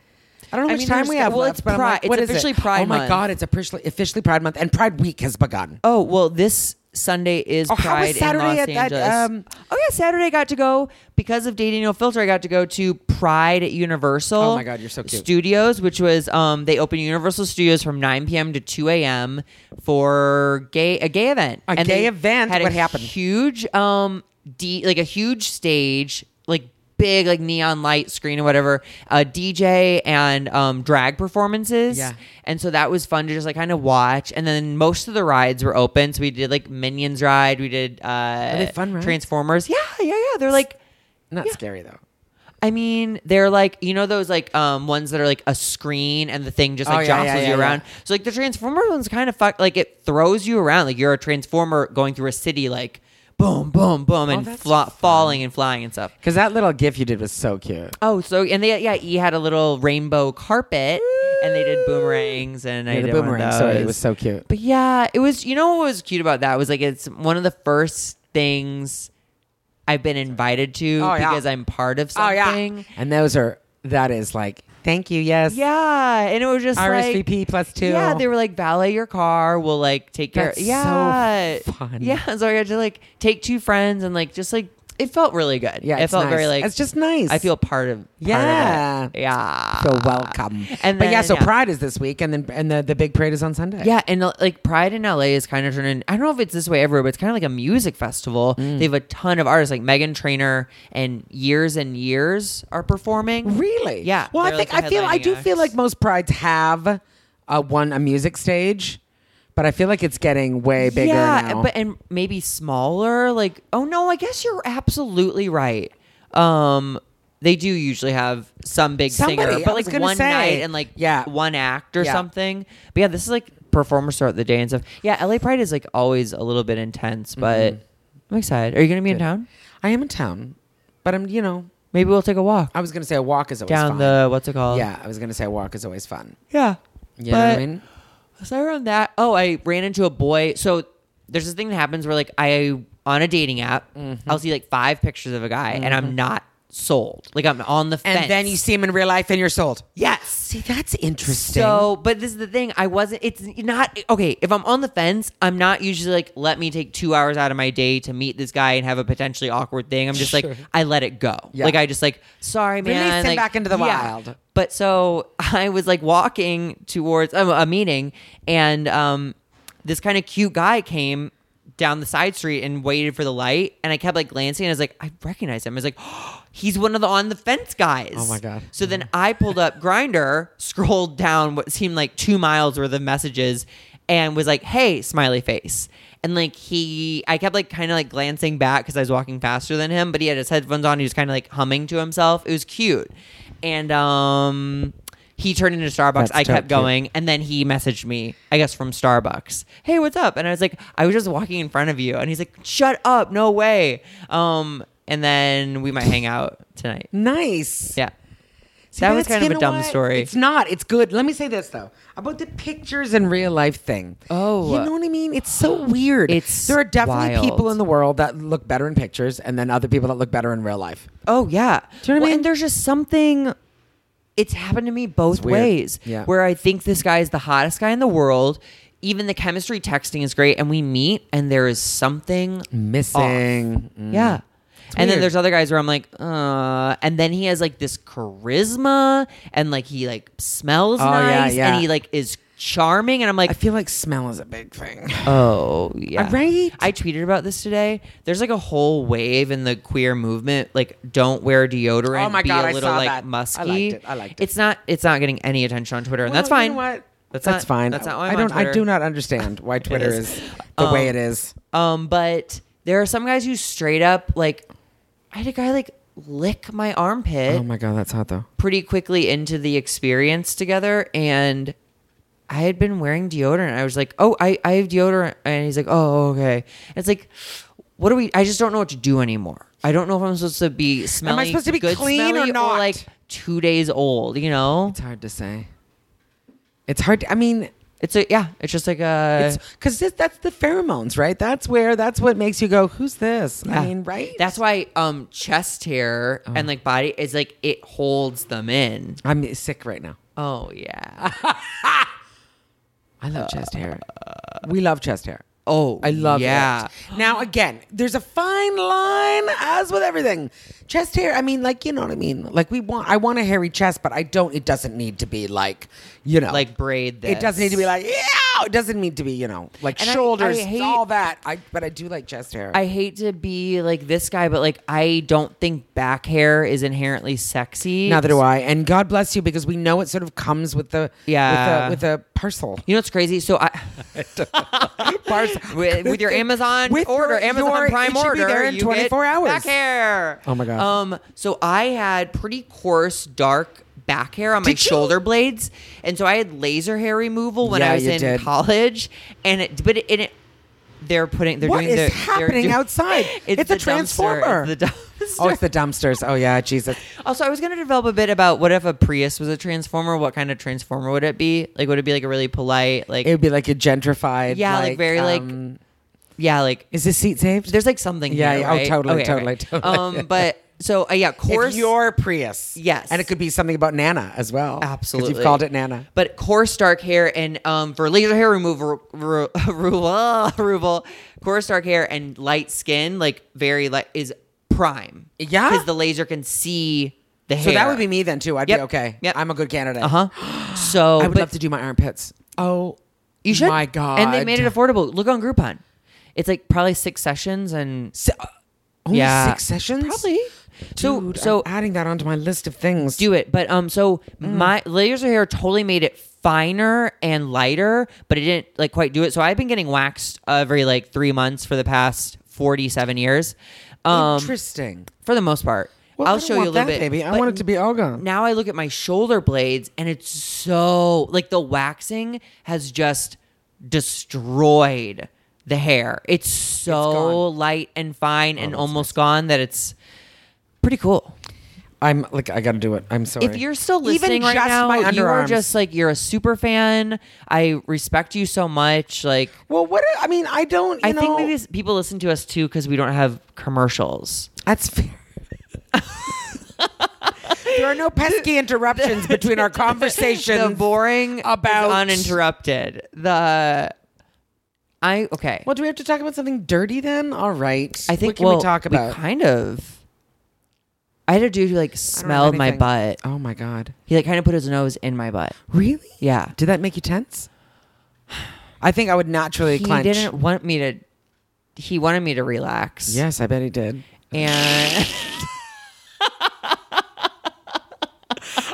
Speaker 2: I don't know how
Speaker 1: I
Speaker 2: much
Speaker 1: mean,
Speaker 2: time
Speaker 1: there's-
Speaker 2: we have
Speaker 1: well,
Speaker 2: left,
Speaker 1: it's
Speaker 2: but I'm
Speaker 1: Pride-
Speaker 2: like,
Speaker 1: it's
Speaker 2: what is
Speaker 1: officially
Speaker 2: it?
Speaker 1: Pride
Speaker 2: Oh my
Speaker 1: month.
Speaker 2: god, it's officially officially Pride Month, and Pride Week has begun.
Speaker 1: Oh well, this Sunday is
Speaker 2: Oh, how was
Speaker 1: Pride
Speaker 2: Saturday
Speaker 1: in Los
Speaker 2: at that,
Speaker 1: Angeles.
Speaker 2: um,
Speaker 1: oh yeah, Saturday I got to go because of dating no filter. I got to go to Pride at Universal.
Speaker 2: Oh my God, you're so cute.
Speaker 1: Studios, which was um, they open Universal Studios from 9 p.m. to 2 a.m. for gay a gay event.
Speaker 2: A
Speaker 1: they
Speaker 2: gay event?
Speaker 1: Had
Speaker 2: What
Speaker 1: a
Speaker 2: happened?
Speaker 1: Huge um, D, like a huge stage, like big like neon light screen or whatever. A DJ and um, drag performances.
Speaker 2: Yeah.
Speaker 1: And so that was fun to just like kind of watch. And then most of the rides were open. So we did like Minions ride. We did uh
Speaker 2: they fun rides?
Speaker 1: Transformers. Yeah, yeah, yeah. They're like
Speaker 2: Not scary though.
Speaker 1: I mean, they're like you know those like um ones that are like a screen and the thing just like
Speaker 2: Oh, yeah, yeah,
Speaker 1: jostles
Speaker 2: yeah,
Speaker 1: you
Speaker 2: yeah.
Speaker 1: around. So like the Transformer one's kind of fuck like it throws you around. Like you're a transformer going through a city like boom, boom, boom, and
Speaker 2: that's
Speaker 1: fla- falling and flying and stuff.
Speaker 2: Because that little gif you did was so cute.
Speaker 1: Oh, so and they yeah, E had a little rainbow carpet and they did boomerangs and I
Speaker 2: Yeah, the
Speaker 1: did one of
Speaker 2: boomerang. Sorry, it
Speaker 1: those.
Speaker 2: was so cute.
Speaker 1: But yeah, it was. You know what was cute about that was like it's one of the first things I've been invited to
Speaker 2: Oh, yeah.
Speaker 1: because I'm part of something.
Speaker 2: And those are that is like thank you. Yes.
Speaker 1: yeah. and it was just
Speaker 2: RSVP
Speaker 1: like,
Speaker 2: plus two.
Speaker 1: Yeah, they were like valet your car. We'll like take care.
Speaker 2: That's so
Speaker 1: yeah, *laughs*
Speaker 2: fun.
Speaker 1: Yeah, so I got to like take two friends and like just like it felt really good.
Speaker 2: Yeah,
Speaker 1: it
Speaker 2: it's
Speaker 1: felt
Speaker 2: nice.
Speaker 1: very like
Speaker 2: It's just nice.
Speaker 1: I feel part of. part
Speaker 2: Yeah.
Speaker 1: of it. yeah.
Speaker 2: So welcome.
Speaker 1: And
Speaker 2: but yeah,
Speaker 1: then,
Speaker 2: so
Speaker 1: yeah.
Speaker 2: Pride is this week, and then and the, the big parade is on Sunday.
Speaker 1: Yeah, and uh, like Pride in LA is kind of turning. I don't know if it's this way everywhere, but it's kind of like a music festival.
Speaker 2: Mm.
Speaker 1: They have a ton of artists, like Megan Trainor and Years and Years are performing.
Speaker 2: Really?
Speaker 1: Yeah.
Speaker 2: Well, I
Speaker 1: They're,
Speaker 2: think
Speaker 1: like, the
Speaker 2: I feel I
Speaker 1: headlining
Speaker 2: do feel
Speaker 1: acts.
Speaker 2: like most prides have uh, one a music stage, but I feel like it's getting way bigger
Speaker 1: yeah,
Speaker 2: now.
Speaker 1: but and maybe smaller. Like, oh no, I guess you're absolutely right. Um, they do usually have some big
Speaker 2: Somebody,
Speaker 1: singer,
Speaker 2: I
Speaker 1: but
Speaker 2: was
Speaker 1: like
Speaker 2: gonna
Speaker 1: one
Speaker 2: say.
Speaker 1: night and like
Speaker 2: Yeah.
Speaker 1: one act or
Speaker 2: Yeah.
Speaker 1: something. But yeah, this is like performers throughout the day and stuff. Yeah, LA Pride is like always a little bit intense,
Speaker 2: Mm-hmm.
Speaker 1: but I'm excited. Are you gonna be in town?
Speaker 2: I am in town, but I'm you know
Speaker 1: Maybe we'll take a walk.
Speaker 2: I was gonna say a walk is always
Speaker 1: down
Speaker 2: fun.
Speaker 1: the what's it called?
Speaker 2: yeah, I was gonna say a walk is always fun.
Speaker 1: yeah.
Speaker 2: You know what I
Speaker 1: But-
Speaker 2: mean?
Speaker 1: Aside from that, oh, I ran into a boy. So there's this thing that happens where like I on a dating app,
Speaker 2: Mm-hmm.
Speaker 1: I'll see like five pictures of a guy, and I'm not sold. Like I'm on the fence.
Speaker 2: And then you see him in real life, and you're sold.
Speaker 1: yes.
Speaker 2: See, that's interesting.
Speaker 1: So, but this is the thing. I wasn't. It's not okay. If I'm on the fence, I'm not usually like, let me take two hours out of my day to meet this guy and have a potentially awkward thing. I'm just
Speaker 2: Sure.
Speaker 1: like, I let it go.
Speaker 2: Yeah.
Speaker 1: Like I just like, sorry,
Speaker 2: Release
Speaker 1: man.
Speaker 2: him
Speaker 1: Like,
Speaker 2: back into the wild.
Speaker 1: But so I was like walking towards um, a meeting, and um, this kind of cute guy came down the side street and waited for the light. And I kept like glancing, and I was like, I recognize him. I was like, *gasps* he's one of the on the fence guys.
Speaker 2: Oh, my God.
Speaker 1: So then I pulled up Grinder, scrolled down what seemed like two miles worth of messages, and was like, "Hey, smiley face." And like he, I kept like kind of like glancing back because I was walking faster than him, but he had his headphones on. He was kind of like humming to himself. It was cute, and um, he turned into Starbucks.
Speaker 2: That's
Speaker 1: I
Speaker 2: dope,
Speaker 1: kept
Speaker 2: cute.
Speaker 1: going, and then he messaged me, I guess from Starbucks. Hey, what's up? And I was like, I was just walking in front of you, and he's like, Shut up, no way. Um, and then we might hang out tonight.
Speaker 2: nice.
Speaker 1: Yeah.
Speaker 2: See,
Speaker 1: that was
Speaker 2: that's-
Speaker 1: kind of
Speaker 2: you
Speaker 1: a
Speaker 2: know
Speaker 1: dumb
Speaker 2: what?
Speaker 1: story.
Speaker 2: It's not. It's good. Let me say this though about the pictures and real life thing.
Speaker 1: Oh.
Speaker 2: you know what I mean? It's so weird.
Speaker 1: It's
Speaker 2: there are definitely
Speaker 1: wild.
Speaker 2: people in the world that look better in pictures, and then other people that look better in real life.
Speaker 1: oh yeah.
Speaker 2: Do you
Speaker 1: Well,
Speaker 2: know what I mean?
Speaker 1: And there's just something. It's happened to me both
Speaker 2: weird.
Speaker 1: ways.
Speaker 2: Yeah.
Speaker 1: Where I think this guy is the hottest guy in the world. Even the chemistry texting is great, and we meet, and there is something
Speaker 2: Missing. Mm.
Speaker 1: Yeah. And then
Speaker 2: weird.
Speaker 1: there's other guys where I'm like, uh, and then he has like this charisma and like he like smells
Speaker 2: Oh, yeah,
Speaker 1: nice
Speaker 2: yeah.
Speaker 1: and he like is charming. And I'm like,
Speaker 2: I feel like smell is a big *laughs* thing.
Speaker 1: Oh yeah,
Speaker 2: Right?
Speaker 1: I tweeted about this today. There's like a whole wave in the queer movement, like don't wear deodorant.
Speaker 2: Oh my
Speaker 1: be
Speaker 2: God, I
Speaker 1: a little
Speaker 2: saw
Speaker 1: like
Speaker 2: that. I
Speaker 1: musky.
Speaker 2: liked it, I liked it.
Speaker 1: It's not. It's not getting any attention on Twitter, and that's
Speaker 2: Well,
Speaker 1: fine.
Speaker 2: you know what?
Speaker 1: That's,
Speaker 2: That's
Speaker 1: not,
Speaker 2: fine.
Speaker 1: That's not why I'm
Speaker 2: I don't.
Speaker 1: On Twitter.
Speaker 2: I do not
Speaker 1: *laughs*
Speaker 2: understand why Twitter is.
Speaker 1: is.
Speaker 2: the
Speaker 1: Um,
Speaker 2: way it is.
Speaker 1: Um, but there are some guys who straight up like, I had a guy like lick my armpit
Speaker 2: Oh my god, that's hot though.
Speaker 1: pretty quickly into the experience together and I had been wearing deodorant. I was like, "Oh, I, I have deodorant," and he's like, "Oh, okay." And it's like, what do we? I just don't know what to do anymore. I don't know if I'm supposed to be smelly.
Speaker 2: supposed to be
Speaker 1: good
Speaker 2: clean or
Speaker 1: smelly
Speaker 2: not?
Speaker 1: like two days old, you know?
Speaker 2: It's hard to say. It's hard. To, I mean,
Speaker 1: It's a yeah. It's just like a.
Speaker 2: it's because that's the pheromones, right? That's where that's what makes you go, "Who's this?" I
Speaker 1: Yeah.
Speaker 2: mean, right?
Speaker 1: That's why um chest hair
Speaker 2: Oh.
Speaker 1: and like body is like it holds them in.
Speaker 2: I'm sick right now.
Speaker 1: Oh yeah.
Speaker 2: I love chest hair.
Speaker 1: Uh,
Speaker 2: We love chest hair.
Speaker 1: Oh,
Speaker 2: *laughs* I love
Speaker 1: yeah.
Speaker 2: it. Now again, there's a fine line as with everything. Chest hair, I mean, like, you know what I mean? Like we want I want a hairy chest, but I don't it doesn't need to be like, you know.
Speaker 1: Like braid
Speaker 2: It doesn't need to be
Speaker 1: this.
Speaker 2: like, yeah, it doesn't need to be, you know, like
Speaker 1: And I-
Speaker 2: shoulders,
Speaker 1: I hate-
Speaker 2: all that. I but I do like chest hair.
Speaker 1: I hate to be like this guy, but like I don't think back hair is inherently sexy.
Speaker 2: Neither do I. And God bless you because we know it sort of comes with the
Speaker 1: Yeah.
Speaker 2: with a, with a parcel.
Speaker 1: You know what's crazy? So
Speaker 2: *laughs*
Speaker 1: I
Speaker 2: parcel.
Speaker 1: with, with your Amazon
Speaker 2: With
Speaker 1: order,
Speaker 2: your-
Speaker 1: Amazon
Speaker 2: your-
Speaker 1: Prime
Speaker 2: it should
Speaker 1: order,
Speaker 2: be there in
Speaker 1: you get
Speaker 2: 24 hours.
Speaker 1: Back hair.
Speaker 2: Oh my God.
Speaker 1: Um. So I had pretty coarse, dark back hair on my
Speaker 2: Did you?
Speaker 1: shoulder blades, and so I had laser hair removal when
Speaker 2: Yeah,
Speaker 1: I was
Speaker 2: you
Speaker 1: in
Speaker 2: did.
Speaker 1: college, and it but it. And it they're putting. *gasps* They're
Speaker 2: What
Speaker 1: doing
Speaker 2: is
Speaker 1: the- they're
Speaker 2: happening
Speaker 1: doing-
Speaker 2: outside?
Speaker 1: *laughs* It's,
Speaker 2: It's a
Speaker 1: the dumpster.
Speaker 2: transformer.
Speaker 1: It's the *laughs* dumpster.
Speaker 2: Oh, it's the dumpsters. Oh yeah, Jesus.
Speaker 1: Also, I was going to develop a bit about what if a Prius was a transformer? What kind of transformer would it be? Like, would it be like a really polite, like,
Speaker 2: It would be like a gentrified. um,
Speaker 1: Yeah, like, very, like- yeah, like,
Speaker 2: Is this seat saved?
Speaker 1: there's like something.
Speaker 2: Yeah,
Speaker 1: here,
Speaker 2: yeah. Oh,
Speaker 1: right?
Speaker 2: totally,
Speaker 1: Okay,
Speaker 2: totally,
Speaker 1: okay.
Speaker 2: totally.
Speaker 1: Um, but so uh, yeah, course.
Speaker 2: *laughs* If your Prius.
Speaker 1: Yes.
Speaker 2: And it could be something about Nana as well. 'Cause
Speaker 1: Absolutely,
Speaker 2: You've called it Nana.
Speaker 1: But coarse dark hair and um for laser hair removal, ru- *laughs* ah, ru- removal, coarse dark hair and light skin, like very light, is prime.
Speaker 2: Yeah.
Speaker 1: Because the laser can see the hair.
Speaker 2: So that would be me then too. I'd
Speaker 1: Yep.
Speaker 2: be okay.
Speaker 1: Yep.
Speaker 2: I'm a good candidate.
Speaker 1: Uh huh. So
Speaker 2: *gasps* I would
Speaker 1: but
Speaker 2: love to do my armpits. Oh,
Speaker 1: You should.
Speaker 2: My God.
Speaker 1: And they made it affordable. Look on Groupon. It's like probably six sessions and
Speaker 2: Se- uh, only
Speaker 1: yeah,
Speaker 2: six sessions.
Speaker 1: Probably. so
Speaker 2: Dude,
Speaker 1: so
Speaker 2: I'm adding that onto my list of things.
Speaker 1: do it. But um, so
Speaker 2: Mm.
Speaker 1: my layers of hair totally made it finer and lighter, but it didn't like quite do it. So I've been getting waxed every like three months for the past forty-seven years, um,
Speaker 2: Interesting.
Speaker 1: for the most part.
Speaker 2: Well, I
Speaker 1: I'll
Speaker 2: don't
Speaker 1: show you a
Speaker 2: want
Speaker 1: little
Speaker 2: that,
Speaker 1: bit.
Speaker 2: baby. I
Speaker 1: but
Speaker 2: want it to be all gone.
Speaker 1: Now I look at my shoulder blades, and it's so like the waxing has just destroyed the hair. It's so
Speaker 2: gone. Oh,
Speaker 1: light and fine and almost gone that it's pretty cool.
Speaker 2: I'm like, I got to do it. I'm sorry.
Speaker 1: If you're still
Speaker 2: Even
Speaker 1: listening right
Speaker 2: just
Speaker 1: now,
Speaker 2: my
Speaker 1: you are
Speaker 2: underarms.
Speaker 1: just like you're a super fan. I respect you so much. Like
Speaker 2: well, what I mean, I don't. You
Speaker 1: I
Speaker 2: know,
Speaker 1: think maybe s- people listen to us too because we don't have commercials.
Speaker 2: that's *laughs* fair. there are no pesky interruptions between *laughs* our conversations.
Speaker 1: The boring is
Speaker 2: about-
Speaker 1: uninterrupted. The I okay.
Speaker 2: well, do we have to talk about something dirty then? All right.
Speaker 1: I think
Speaker 2: What can
Speaker 1: well,
Speaker 2: we talk about?
Speaker 1: kind of. I had a dude who like
Speaker 2: I don't have
Speaker 1: smelled my
Speaker 2: anything.
Speaker 1: butt.
Speaker 2: Oh my god.
Speaker 1: He like kind of put his nose in my butt.
Speaker 2: Really?
Speaker 1: Yeah.
Speaker 2: Did that make you tense? I think I would naturally
Speaker 1: He
Speaker 2: clench.
Speaker 1: didn't want me to. He wanted me to relax.
Speaker 2: Yes, I bet he did.
Speaker 1: And *laughs*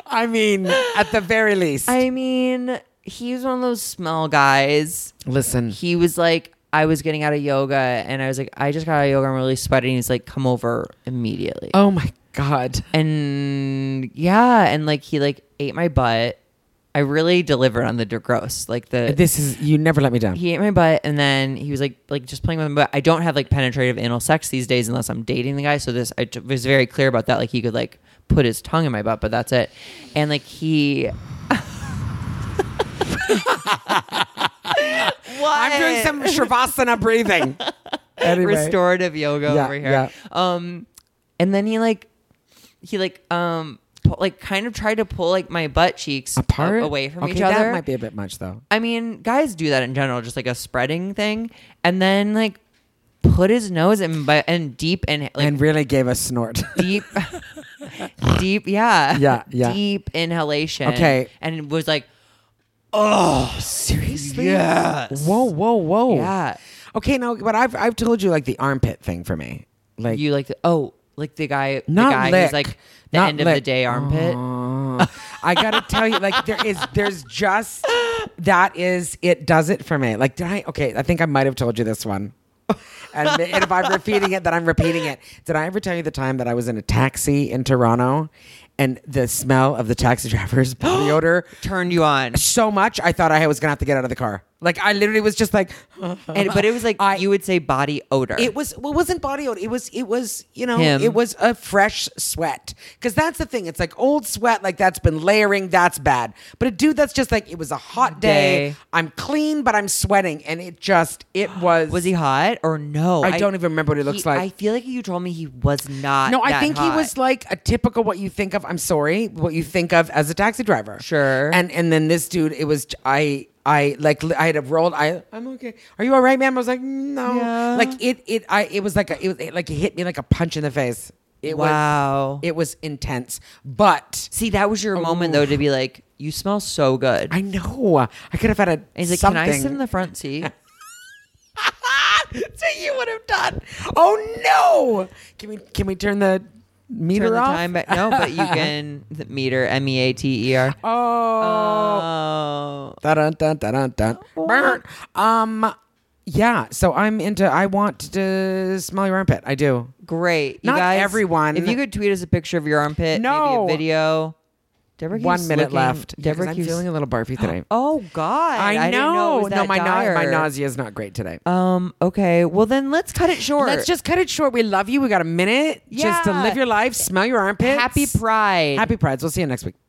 Speaker 2: I mean, at the very least.
Speaker 1: I mean, he's one of those smell guys.
Speaker 2: Listen.
Speaker 1: He was like, I was getting out of yoga, and I was like, I just got out of yoga. I'm really sweating. He's like, come over immediately.
Speaker 2: Oh my god.
Speaker 1: and yeah, and like he like ate my butt. I really delivered on the gross. Like the
Speaker 2: This is you never let me down.
Speaker 1: he ate my butt and then he was like like just playing with my butt. I don't have like penetrative anal sex these days unless I'm dating the guy. So this I t- was very clear about that. Like he could like put his tongue in my butt, but that's it. And like he. what?
Speaker 2: I'm doing some shavasana breathing. Anyway.
Speaker 1: restorative yoga
Speaker 2: Yeah,
Speaker 1: over here. Um, and then he like, he like, um, pu- like kind of tried to pull like my butt cheeks
Speaker 2: Apart
Speaker 1: a- away from
Speaker 2: okay,
Speaker 1: each other.
Speaker 2: That might be a bit much though.
Speaker 1: I mean, guys do that in general, just like a spreading thing, and then like put his nose in but and deep and like
Speaker 2: and really gave
Speaker 1: *laughs*
Speaker 2: a snort. *laughs*
Speaker 1: deep, deep, yeah,
Speaker 2: Yeah, yeah.
Speaker 1: deep inhalation.
Speaker 2: Okay.
Speaker 1: and was like, oh,
Speaker 2: Seriously?
Speaker 1: Yes.
Speaker 2: Whoa, whoa, whoa.
Speaker 1: yeah,
Speaker 2: Okay, no, but I've I've told you like the armpit thing for me. Like
Speaker 1: you like the oh, like the guy,
Speaker 2: not
Speaker 1: the guy
Speaker 2: lick,
Speaker 1: who's like the
Speaker 2: not
Speaker 1: end of the
Speaker 2: lick.
Speaker 1: day armpit.
Speaker 2: Aw. I gotta tell you, like there is, there's just that is it does it for me. Like did I? Okay, I think I might have told you this one. And, *laughs* and if I'm repeating it, then I'm repeating it. Did I ever tell you the time that I was in a taxi in Toronto, and the smell of the taxi driver's
Speaker 1: *gasps*
Speaker 2: body odor
Speaker 1: Turned you on,
Speaker 2: *laughs* so much I thought I was gonna have to get out of the car. Like I literally was just like,
Speaker 1: and but it was like
Speaker 2: I-
Speaker 1: you would say body odor.
Speaker 2: it was well, it wasn't body odor. It was it was you know
Speaker 1: Him.
Speaker 2: it was a fresh sweat because that's the thing. It's like old sweat like that's been layering. That's bad. But a dude that's just like it was a hot day.
Speaker 1: Day.
Speaker 2: I'm clean, but I'm sweating, and it just it was.
Speaker 1: was he hot or no?
Speaker 2: I don't even remember what he looks like.
Speaker 1: I feel like you told me he was not.
Speaker 2: No, I
Speaker 1: that
Speaker 2: think
Speaker 1: hot.
Speaker 2: he was like a typical what you think of. I'm sorry, what you think of as a taxi driver.
Speaker 1: Sure.
Speaker 2: And and then this dude, it was I I like li- I had a rolled. I I'm okay. Are you all right, ma'am? I was like no.
Speaker 1: Yeah.
Speaker 2: Like it it I it was like a, it was it, like it hit me like a punch in the face. It
Speaker 1: Wow.
Speaker 2: Was, it was intense, but
Speaker 1: See, that was your moment though to be like, you smell so good.
Speaker 2: I know I could have had a.
Speaker 1: and he's like,
Speaker 2: something. Ah,
Speaker 1: can I sit in the front
Speaker 2: *laughs*
Speaker 1: seat?
Speaker 2: so you would have done. Oh no! Can we can we turn the meter
Speaker 1: Turn the
Speaker 2: off?
Speaker 1: time back. No,
Speaker 2: *laughs*
Speaker 1: but you can the meter M E A T E R.
Speaker 2: Oh.
Speaker 1: Oh,
Speaker 2: Dun dun dun dun dun. Burn. Um, yeah. So I'm into. I want to smell your armpit. I do.
Speaker 1: great! You
Speaker 2: Not
Speaker 1: guys,
Speaker 2: everyone.
Speaker 1: If you could tweet us a picture of your armpit, maybe
Speaker 2: No.
Speaker 1: a video. Deborah, keeps
Speaker 2: One minute
Speaker 1: looking-
Speaker 2: left. Yeah, 'cause
Speaker 1: Deborah,
Speaker 2: I'm
Speaker 1: keeps-
Speaker 2: feeling a little barfy *gasps* today.
Speaker 1: Oh God!
Speaker 2: I,
Speaker 1: didn't
Speaker 2: know.
Speaker 1: it was
Speaker 2: no,
Speaker 1: that
Speaker 2: my na- my
Speaker 1: dire.
Speaker 2: nausea is not great today.
Speaker 1: Um. Okay. Well, then let's cut it short.
Speaker 2: Let's just cut it short. We love you. We got a minute just to
Speaker 1: Yeah.
Speaker 2: live your life. Smell your armpits.
Speaker 1: happy Pride.
Speaker 2: Happy prides. We'll see you next week.